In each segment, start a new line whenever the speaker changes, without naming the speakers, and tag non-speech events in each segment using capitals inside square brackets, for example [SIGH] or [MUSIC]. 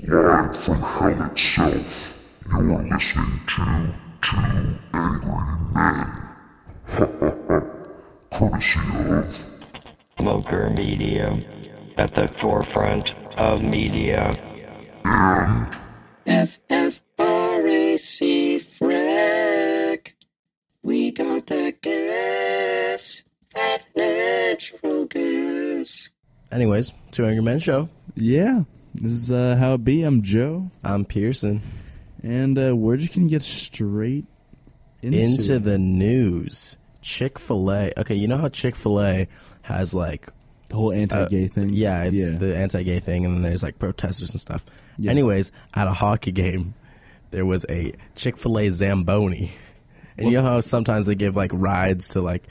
live from hell itself. You're listening to Two Angry Men. [LAUGHS] Courtesy of
Smoker Media, at the forefront of media.
and
FFRAC Freck. We got that gas, that natural gas.
Anyways, Two Angry Men Show.
Yeah, this is uh, how it be. I'm Joe,
I'm Pearson.
and uh, we're just gonna get straight into,
Into the news. Chick fil A. Okay, you know how Chick fil A has like.
the whole anti-gay thing.
uh, Yeah,
Mm, yeah.
the anti gay thing, and then there's like protesters and stuff.
Yeah.
Anyways, at a hockey game, there was a Chick fil A Zamboni. And you know how sometimes they give like rides to like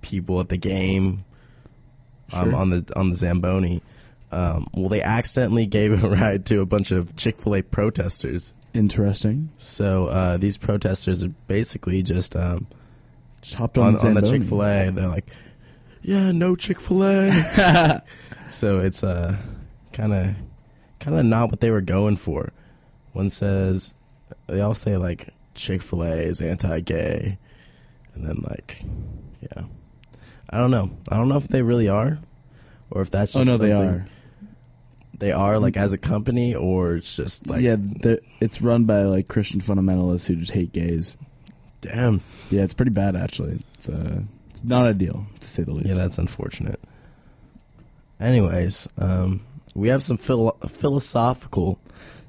people at the game um,
Sure.
on the on the Zamboni. Um, well, they accidentally gave a [LAUGHS] ride to a bunch of Chick fil A protesters.
Interesting.
So uh, these protesters are basically just um,
Just hopped on,
on, on the
Zamboni.
Chick Fil A. They're like, "Yeah, no Chick Fil A."
[LAUGHS]
so it's uh, kind of, kind of not what they were going for. One says, they all say like Chick Fil A is anti-gay, and then like, yeah, I don't know. I don't know if they really are, or if that's
Oh
just
no, they
something-
are. Mm-hmm.
They are like as a company, or it's just like
yeah, they're- it's run by like Christian fundamentalists who just hate gays.
damn.
Yeah, it's pretty bad actually. It's uh, it's not ideal to say the least.
Yeah, that's unfortunate. Anyways, um, we have some phil- philosophical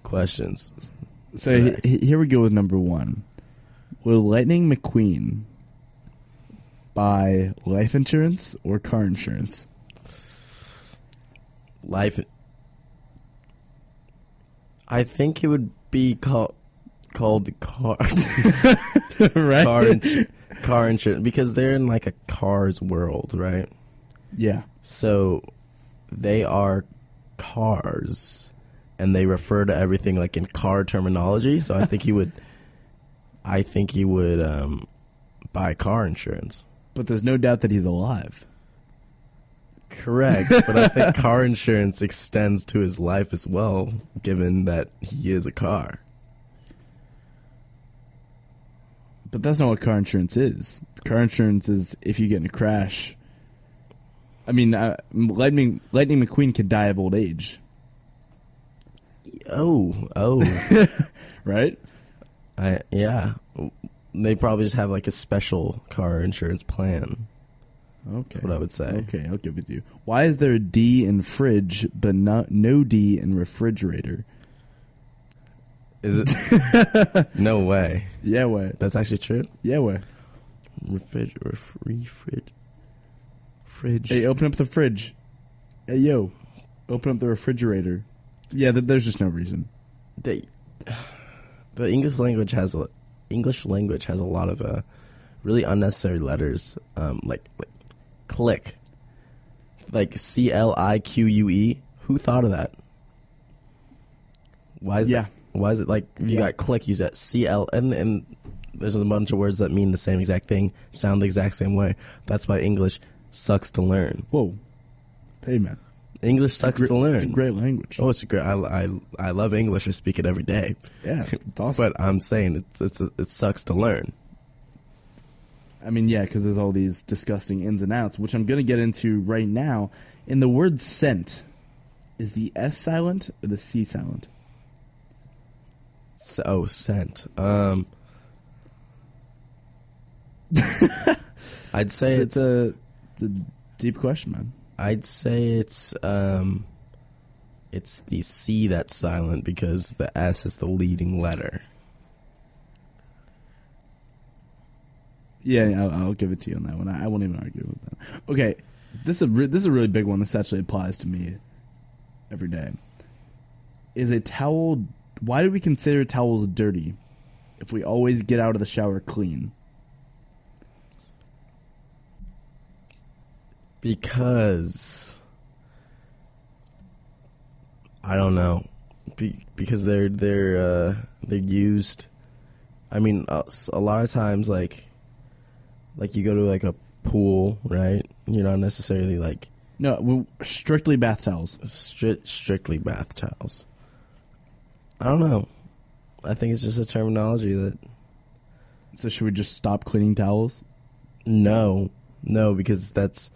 questions.
so he, he- here we go with number one. Will Lightning McQueen buy life insurance or car insurance? [LAUGHS]
Life. I think it would be called called the car [LAUGHS]
right. [LAUGHS]
car ins- car insurance because they're in like a car's world, right?
yeah.
So they are cars and they refer to everything like in car terminology. So I think he [LAUGHS] would I think he would um, buy car insurance.
But there's no doubt that he's alive.
Correct. [LAUGHS] but I think car insurance extends to his life as well, given that he is a car.
But that's not what car insurance is. Car insurance is if you get in a crash. I mean, uh, Lightning Lightning McQueen could die of old age,
Oh, oh. [LAUGHS]
right?
I yeah. They probably just have like a special car insurance plan.
Okay.
what I would say.
Okay, I'll give it to you. Why is there a D in fridge but not no D in refrigerator?
Is it [LAUGHS] No way.
Yeah, way.
That's actually true.
Yeah, way.
Refrig, ref, refrig, fridge.
Hey, open up the fridge. Hey, yo, open up the refrigerator. Yeah, th- there's just no reason.
They- [SIGHS] the English language has a English language has a lot of uh, really unnecessary letters, um, like, like click, like C L I Q U E. Who thought of that? Why is
Yeah.
that, Why is it like you got click? You got C L and and there's a bunch of words that mean the same exact thing, sound the exact same way. That's why English sucks to learn.
Whoa. Hey, man.
English sucks to learn.
It's a great language.
Oh, it's a great. I, I, I love English. I speak it every day.
yeah. It's awesome.
[LAUGHS] But I'm saying it's, it's it sucks to learn.
I mean, yeah, because there's all these disgusting ins and outs, which I'm going to get into right now. In the word scent, is the S silent or the C silent?
So oh, scent. Um, [LAUGHS] I'd say
It's,
it's. i
a, it's a deep question, man.
I'd say it's. Um, it's the C that's silent because the S is the leading letter.
Yeah, I'll, I'll give it to you on that one. I, I won't even argue with that. Okay, this is a re- this is a really big one. This actually applies to me every day. Is a towel? Why do we consider towels dirty if we always get out of the shower clean?
because I don't know Be- because they're they're uh, they're used. I mean, a s- a lot of times, like like you go to like a pool, right? You're not necessarily like
No, we- strictly bath towels.
stri- strictly bath towels. I don't know. I think it's just a terminology that
So should we just stop cleaning towels?
no, no, because that's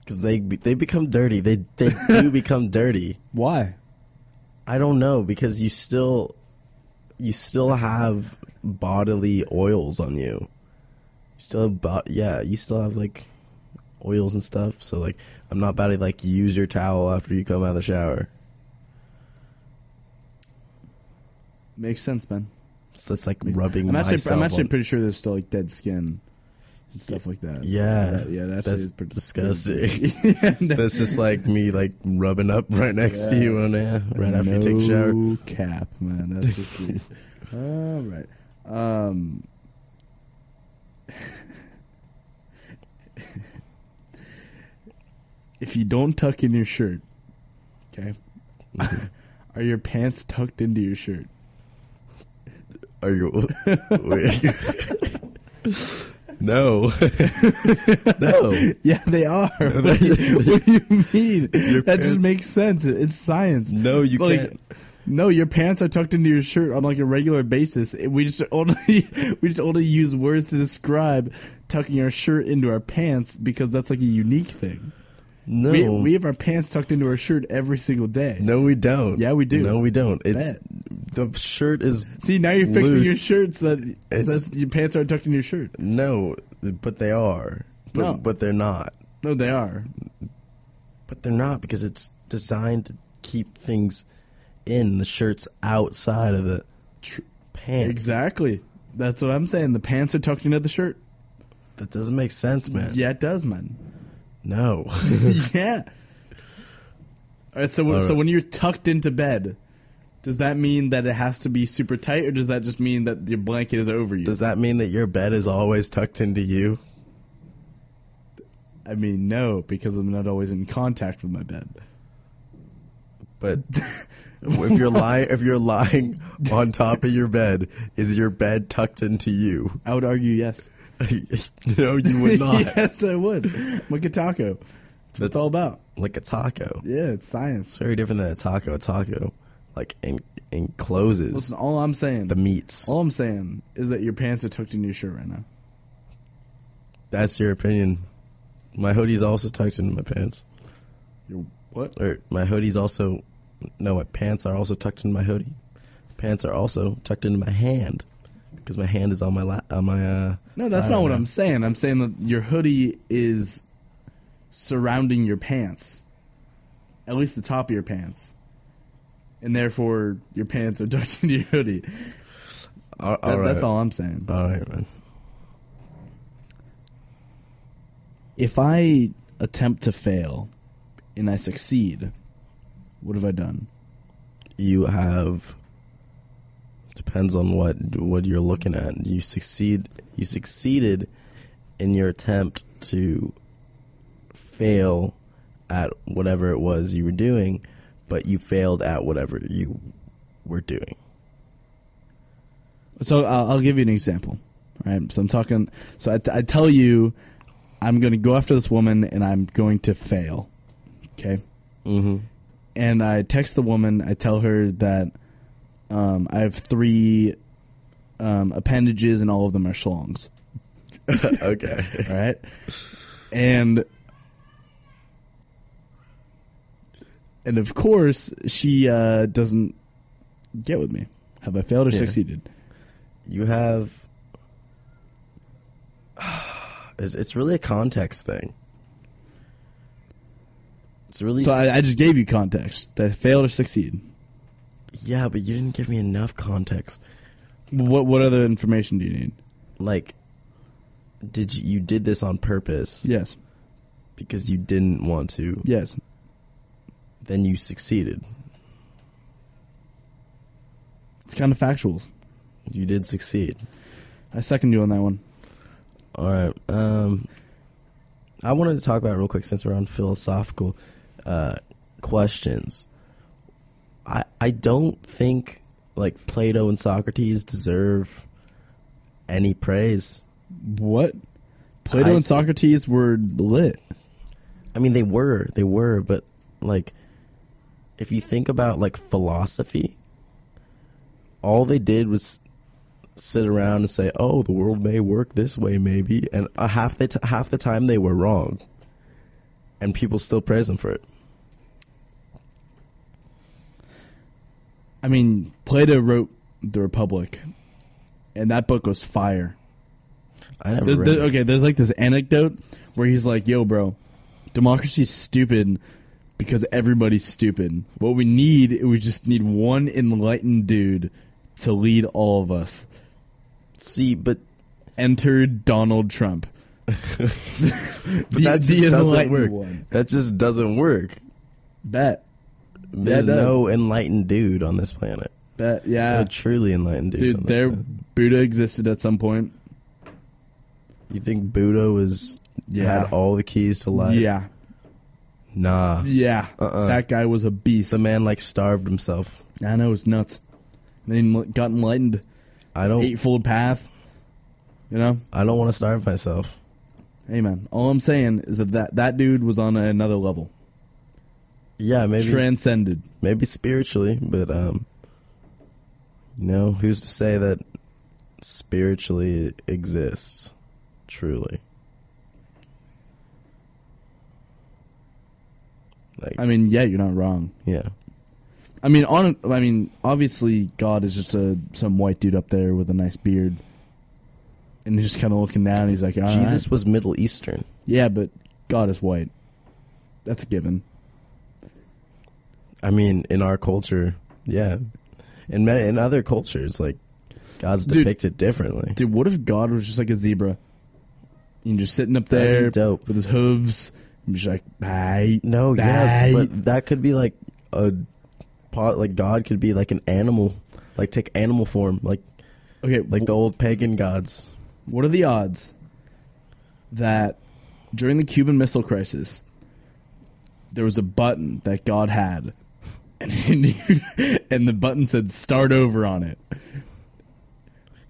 because they be- they become dirty. They they do become dirty.
Why?
I don't know because you still you still have bodily oils on you. You still have bo- yeah, you still have like oils and stuff. So like I'm not about to like use your towel after you come out of the shower.
Makes sense, man.
So it's like rubbing
I'm actually,
myself.
I'm actually
on-
pretty [LAUGHS] sure there's still like dead skin and stuff like that.
yeah,
yeah, that actually
that's
is pretty
disgusting.
[LAUGHS] yeah, no-
[LAUGHS] that's just like me like rubbing up right next to
Yeah.
you on there right after you take a shower.
No cap, man.
[LAUGHS]
That's just weird. All right. Um, [LAUGHS] if you don't tuck in your shirt, okay,
Mm-hmm.
[LAUGHS] are your pants tucked into your shirt?
Are
[LAUGHS]
you? Wait. [LAUGHS] no, [LAUGHS] no.
[LAUGHS] Yeah,
[LAUGHS]
they are.
they-
what, do you, what do you mean?
Your
that just
pants-
makes sense. It- It's science.
No, you
Like,
can't.
No, your pants are tucked into your shirt on like a regular basis. It- We just only [LAUGHS] we just only use words to describe tucking our shirt into our pants because that's like a unique thing.
No,
We, we have our pants tucked into our shirt every single day.
no, we don't.
Yeah, we do.
No, we don't. It's
Bet.
the shirt is
See, now you're fixing your
Loose.
shirt so that
It's-
that's, your pants aren't tucked into your shirt.
no, but they are. But
No.
but they're not.
No, they are.
But they're not because it's designed to keep things in the shirts outside of the tr- pants.
Exactly. That's what I'm saying. The pants are tucked into the shirt.
That doesn't make sense, man.
Yeah, it does, man.
No. [LAUGHS]
[LAUGHS] yeah. All right. So when,
All
so
right.
when you're tucked into bed, does that mean that it has to be super tight, or does that just mean that your blanket is over you?
Does that mean that your bed is always tucked into you?
I mean, no, because I'm not always in contact with my bed.
But [LAUGHS] if you're lying, if you're lying on top of your bed, is your bed tucked into you? [LAUGHS]
I would argue yes.
no, you would
[LAUGHS]
not.
yes, I would. I'm like a taco. That's, what it's
That's-
all about.
Like a taco.
Yeah, it's science.
It's very different than a taco. A taco, like, en- encloses
Listen, Oh. all I'm saying,
the meats.
all I'm saying is that your pants are tucked into your shirt right now.
That's your opinion. My hoodie's also tucked into my pants.
Your what?
Or my hoodie's also. No, my pants are also tucked into my hoodie. Pants are also tucked into my hand because my hand is on my lap. On my uh.
No, that's
thigh
not
right
what
now.
I'm saying. I'm saying that your hoodie is surrounding your pants, at least the top of your pants, and therefore your pants are [LAUGHS] tucked into your hoodie. That-
All, all right.
That's all I'm saying.
All right, man.
If I attempt to fail and I succeed, what have I done?
you have depends on what what you're looking at. You succeed you succeeded in your attempt to fail at whatever it was you were doing, but you failed at whatever you were doing.
So uh, I'll I'll give you an example. All right. So I'm talking. So I, t- I tell you, I'm going to go after this woman and I'm going to fail. Okay.
Mm-hmm.
and I text the woman. I tell her that um, I have three um, appendages, and all of them are schlongs.
[LAUGHS] okay.
[LAUGHS] All right, and and of course she uh, doesn't get with me. Have I failed or
Yeah.
succeeded?
You have it's, it's really a context thing. It's really
So I, I just gave you context. Did I fail or succeed?
yeah, but you didn't give me enough context.
What what other information do you need?
like did you, you did this on purpose
Yes,
because you didn't want to
yes.
then you succeeded
It's kind of factual.
you did succeed
I second you on that one.
all right um i wanted to talk about real quick since we're on philosophical uh questions i i don't think like plato and socrates deserve any praise
What? Plato
I-
and Socrates were lit.
I mean, they were, they were, but like, if you think about like philosophy, all they did was sit around and say, "Oh, the world may work this way, maybe," and uh, half the t- half the time they were wrong, and people still praise them for it.
I mean, Plato wrote The Republic, and that book was fire.
I never
There's,
read.
there-
it.
okay, there's like this anecdote where he's like, "Yo, bro, democracy's stupid because everybody's stupid. What we need, we just need one enlightened dude to lead all of us."
See, but
Enter Donald Trump. [LAUGHS] the,
[LAUGHS] that just
the
doesn't
enlightened
work.
one.
That just doesn't work.
Bet,
There's
does.
no enlightened dude on this planet.
bet,
No
yeah,
truly enlightened dude. on
dude.
this
There,
planet.
Buddha existed at some point.
You think Buddha was
Yeah.
had all the keys to life?
yeah,
Nah.
yeah.
Uh-uh.
That guy was a beast.
The man like starved himself.
I know it's nuts. And then he got enlightened,
I don't
eightfold path. You know,
I don't want to starve myself.
hey man. All I'm saying is that that, that dude was on another level,
Yeah, maybe
transcended.
maybe spiritually, but um you know, who's to say that spiritually it exists truly? Like
I mean, yeah, you're not wrong.
yeah.
I mean, on. I mean, obviously, God is just a some white dude up there with a nice beard, and he's just kind of looking down. He's like, "All
Jesus
right."
was Middle Eastern.
yeah, but God is white. That's a given.
I mean, in our culture, yeah. In ma- in other cultures, like God's
Dude.
depicted differently.
Dude, what if God was just like a zebra? And just sitting up
That'd be
there
dope.
with his hooves. And just like, bye.
No, yeah,
bye."
but that could be like a pot. Like God could be like an animal, like take animal form, like
okay,
like the old pagan gods.
What are the odds that during the Cuban Missile Crisis, there was a button that God had, [LAUGHS] and, he- and the button said "Start over" on it.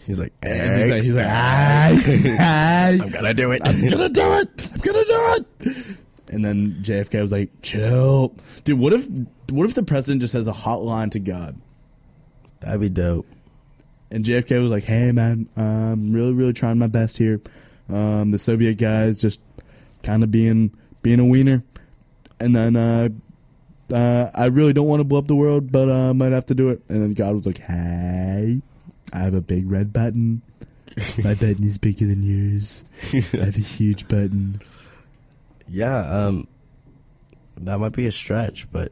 He's like,
And he's like,
"Egg,
he's like "Aye,
[LAUGHS] I'm
aye,
gonna do it.
I'm gonna do it. I'm gonna do it. And then JFK was like, "Chill, dude. What if, what if the president just has a hotline to God?"
[LAUGHS] That'd be dope.
And JFK was like, "Hey man, I'm really really trying my best here. Um, the Soviet guys just kind of being being a wiener, and then uh, uh, I really don't want to blow up the world, but uh, I might have to do it." And then God was like, "Hey, I have a big red button. My button is bigger than yours. I have a huge button."
Yeah, um, that might be a stretch, but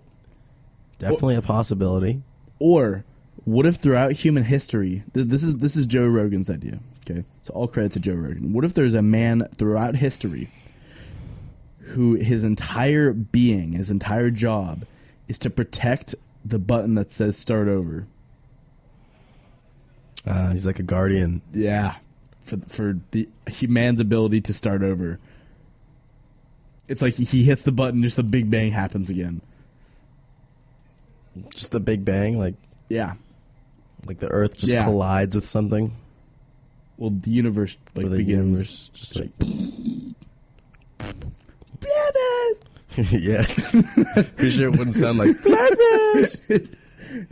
definitely a possibility.
Or what if throughout human history, th- this is this is Joe Rogan's idea. Okay, so all credit to Joe Rogan. What if there's a man throughout history who his entire being, his entire job, is to protect the button that says "start over"?
Uh, he's like a guardian.
Yeah, for for the man's ability to start over. It's like he hits the button, just the Big Bang happens again.
Just the Big Bang, like
Yeah.
like the Earth just
Yeah.
collides with something,
Well, the universe like
or the
begins.
universe just like [LAUGHS] yeah. [LAUGHS] For sure, it wouldn't sound like.
[LAUGHS]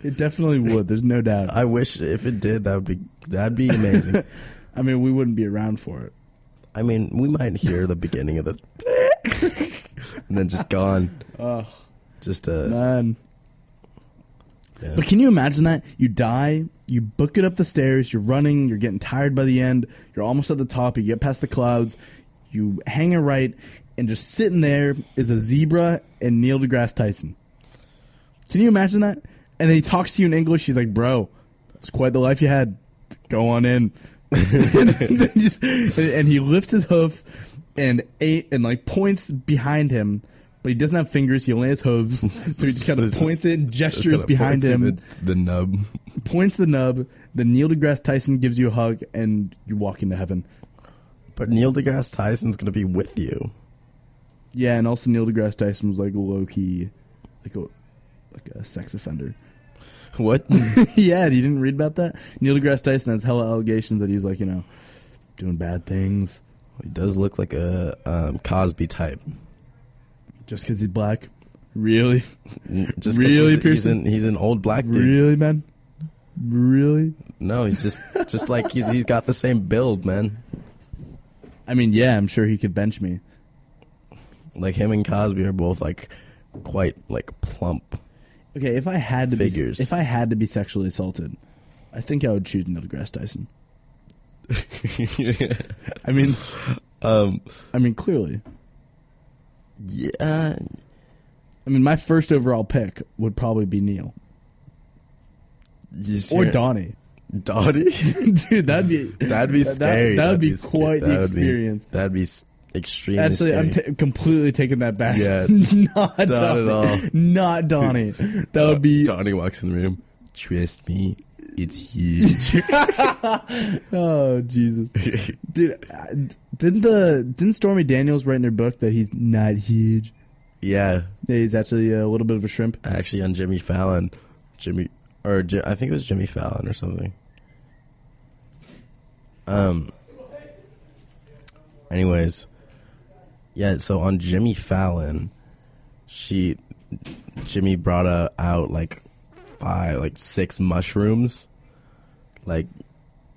It definitely would. There's no doubt.
I wish if it did, that would be that'd be
[LAUGHS]
amazing.
I mean, we wouldn't be around for it.
I mean, we might hear the beginning of the, [LAUGHS] and then just gone.
Ugh.
Just uh,
Man.
yeah.
But can you imagine that? You die, you book it up the stairs, you're running, you're getting tired by the end, you're almost at the top, you get past the clouds, you hang a right, and just sitting there is a zebra and Neil deGrasse Tyson. Can you imagine that? And then he talks to you in English, he's like, bro, it's quite the life you had. Go on in. [LAUGHS] and, then just- and- and he lifts his hoof and eight and like points behind him, but he doesn't have fingers. He only has hooves, so he just kind of
Just-
points it and
Just
gestures
kinda
behind
points at
him,
the, the nub.
points the nub. Then Neil deGrasse Tyson gives you a hug, and you walk into heaven.
But Neil deGrasse Tyson's gonna be with you.
Yeah, and also Neil deGrasse Tyson was like low key, like a like a sex offender. [LAUGHS]
What? [LAUGHS]
yeah, you didn't read about that. Neil deGrasse Tyson has hella allegations that he's like you know doing bad things
he does look like a um, Cosby type.
just because he's black.
[LAUGHS]
Really?
Just 'cause
Really,
he's, he's
Pearson?
an he's an old black dude.
Really, man? Really?
No, he's just just like he's he's got the same build, man.
I mean, yeah, I'm sure he could bench me.
Like him and Cosby are both like quite like
[LAUGHS]
plump.
Okay, if I had to
Figures.
be if I had to be sexually assaulted, I think I would choose Neil deGrasse Tyson.
[LAUGHS]
I mean,
um,
I mean clearly.
yeah,
I mean, my first overall pick would probably be Neil
you see
or Donnie. [LAUGHS]
Dottie.
Dude, that'd be
[LAUGHS] That'd be
that-
scary.
That, would be
sca-
quite
that would
the
be-
experience.
that'd be s- extremely
Actually,
scary.
I'm t- completely taking that back.
Yeah.
[LAUGHS] not,
at
Donnie.
all.
[LAUGHS] Not
[LAUGHS]
Donnie. That would be.
Donnie walks in the room. Trust me, it's huge. [LAUGHS]
Oh Jesus, dude! I- Didn't the didn't Stormy Daniels write in her book that he's not huge?
yeah,
Yeah, he's actually a little bit of a shrimp. [LAUGHS]
actually on Jimmy Fallon, Jimmy or Ji- I think it was Jimmy Fallon or something. Um. Anyways, yeah. So on Jimmy Fallon, she, Jimmy brought uh, out like five, like six mushrooms, like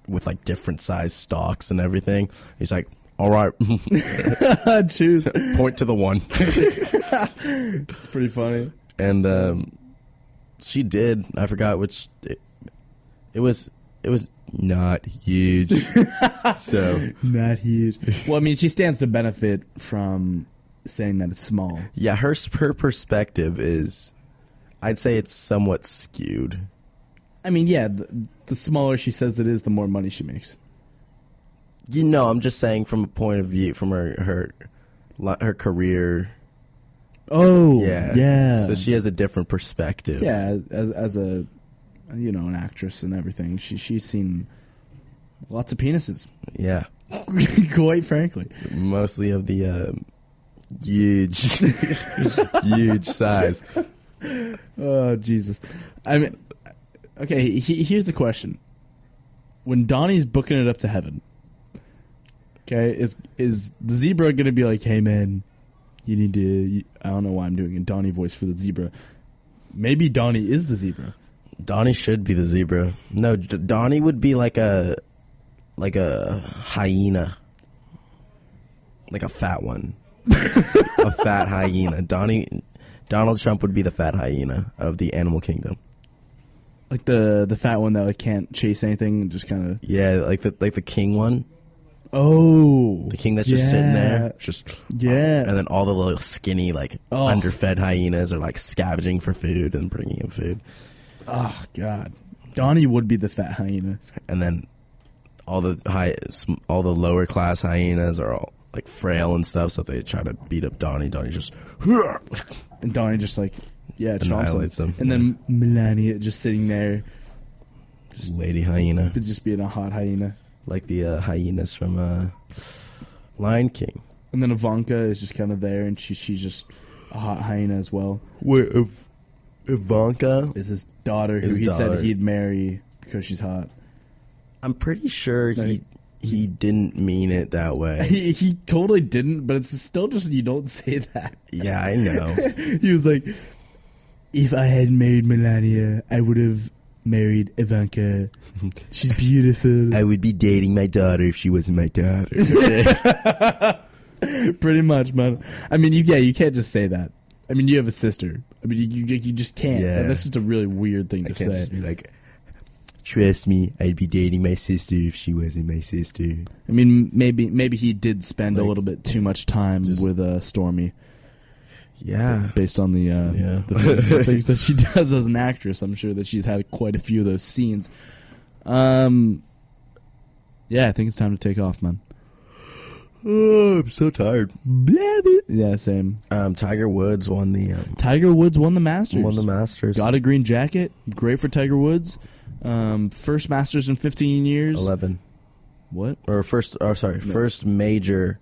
with like different size stalks and everything. He's like, "All right, [LAUGHS]
Choose.
point to the one."
It's pretty funny.
and um, she did. I forgot which. It, it was. It was not
[LAUGHS]
huge. so
Not huge. Well, I mean, she stands to benefit from saying that it's small.
yeah, her s- her perspective is, I'd say it's somewhat skewed.
I mean, yeah, the, the smaller she says it is, the more money she makes.
You know, I'm just saying from a point of view from her her li- her career.
Oh,
Yeah,
yeah.
So she has a different perspective.
yeah, as as a you know an actress and everything, she she's seen lots of penises. [LAUGHS]
yeah.
Quite frankly,
Mostly of the um, huge, [LAUGHS] huge size.
oh Jesus! I mean, okay. He, here's the question: When Donnie's booking it up to heaven, okay, is is the zebra gonna be like, "Hey man, you need to"? You, I don't know why I'm doing a Donnie voice for the zebra. Maybe Donnie is the zebra.
Donnie should be the zebra. No, D- Donnie would be like a like a hyena. Like a fat
[LAUGHS]
one. a fat hyena. Donnie Donald Trump would be the fat hyena of the animal kingdom.
Like the the fat one that like can't chase anything and just kind of
Yeah, like the like the king one.
oh
The king that's just sitting
yeah.
there just
Yeah.
and then all the little skinny like
Oh.
underfed hyenas are like scavenging for food and bringing him food.
Oh God. Donnie would be the fat hyena.
and then all the high, sm- all the lower class hyenas are all like frail and stuff, so they try to beat up Donnie. Donnie just [LAUGHS]
And Donnie just like yeah,
Annihilates
chomps him.
him,
And then Melania just sitting there
lady hyena,
but just being a hot hyena.
like the uh, hyenas from uh, Lion King.
And then Ivanka is just kinda there and she she's just a hot hyena as well.
Wait, if Ivanka,
Is his daughter who
His
he
daughter.
said he'd marry because she's hot.
I'm pretty sure
No,
he he didn't mean it that way. [LAUGHS]
[LAUGHS] He he totally didn't, but it's still just you don't [LAUGHS] say that.
yeah, I know.
[LAUGHS] He was like if I had married Melania, I would have married
[LAUGHS]
Ivanka. She's beautiful. [LAUGHS]
I would be dating my daughter if she wasn't my [LAUGHS] daughter.
Pretty much, man. I mean, you yeah, you can't just say that. I mean, you have a sister. I mean, you you, you just can't.
Yeah.
That's just a really weird thing
I
to
can't
say.
just be like, trust me, I'd be dating my sister if she wasn't my sister.
I mean, maybe maybe he did spend a
Like,
little bit too much time
just-
with uh, Stormy,
Yeah.
based on the uh,
Yeah.
the, things, the things that she does as an actress. I'm sure that she's had quite a few of those scenes. Um, yeah, I think it's time to take off, man.
[LAUGHS] Oh, I'm so tired.
Yeah, same.
Um, Tiger Woods won the um,
Tiger Woods won the Masters.
won the Masters.
Got a green jacket. Great for Tiger Woods. Um, first Masters in 15 years.
eleven
What?
or first. Oh, sorry, first major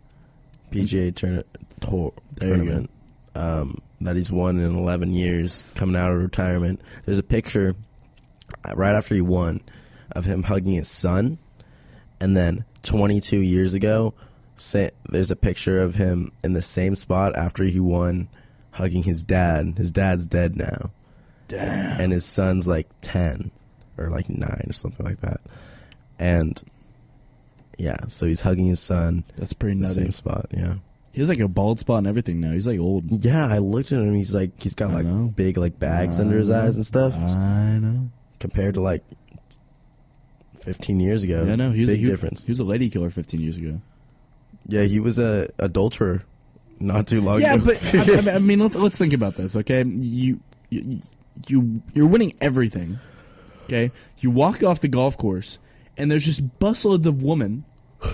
PGA tourna- tour-
There you go.
tournament um, that he's won in eleven years, coming out of retirement. There's a picture uh, right after he won of him hugging his son, and then 22 years ago, sa- there's a picture of him in the same spot after he won, hugging his dad. His dad's dead now. Damn. And his son's like 10 or like 9 or something like that. And yeah, so he's hugging his son
That's pretty
in the
nutty.
same spot, yeah.
He has like a bald spot and everything now. He's like old.
Yeah, I looked at him. He's like he's got
I
like
know.
big like bags under his eyes and stuff
I know.
compared to like 15 years ago.
Yeah, no, he was
big
a, he,
difference.
He was a lady killer 15 years ago.
yeah, he was a adulterer not too long
Yeah,
ago. [LAUGHS]
but I, I mean- I mean, let's, let's think about this, okay? You, you, you, you're winning everything, okay? You walk off the golf course, and there's just busloads of women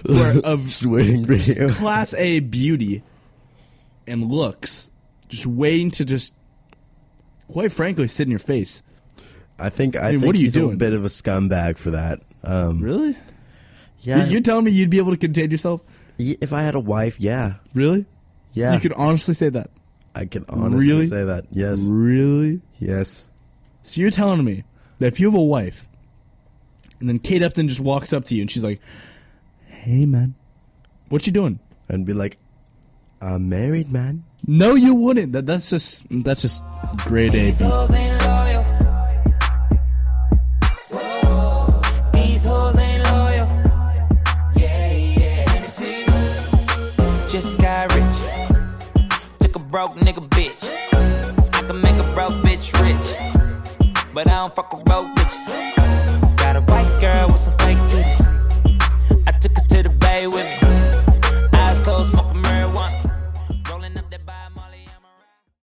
who are
[LAUGHS]
of
just waiting for you.
class A beauty and looks, just waiting to just, quite frankly, sit in your face.
I think I
mean,
think
what are you
he's a
doing?
bit of a scumbag for that. Um,
Really?
yeah,
You're telling me you'd be able to contain yourself?
y- if I had a wife, yeah,
Really?
yeah,
You could honestly say that.
I could honestly
Really?
say that. Yes,
Really?
yes.
So you're telling me that if you have a wife, and then Kate Upton just walks up to you and she's like, "Hey, man, what you doing?"
And be like, I'm married, man.
No, you wouldn't. That that's just that's just grade A. B.
hoes ain't loyal. These hoes ain't loyal. Yeah, yeah. Hennessy. Just got rich. Took a broke nigga bitch. I can make a broke bitch rich. But I don't fuck with broke bitches.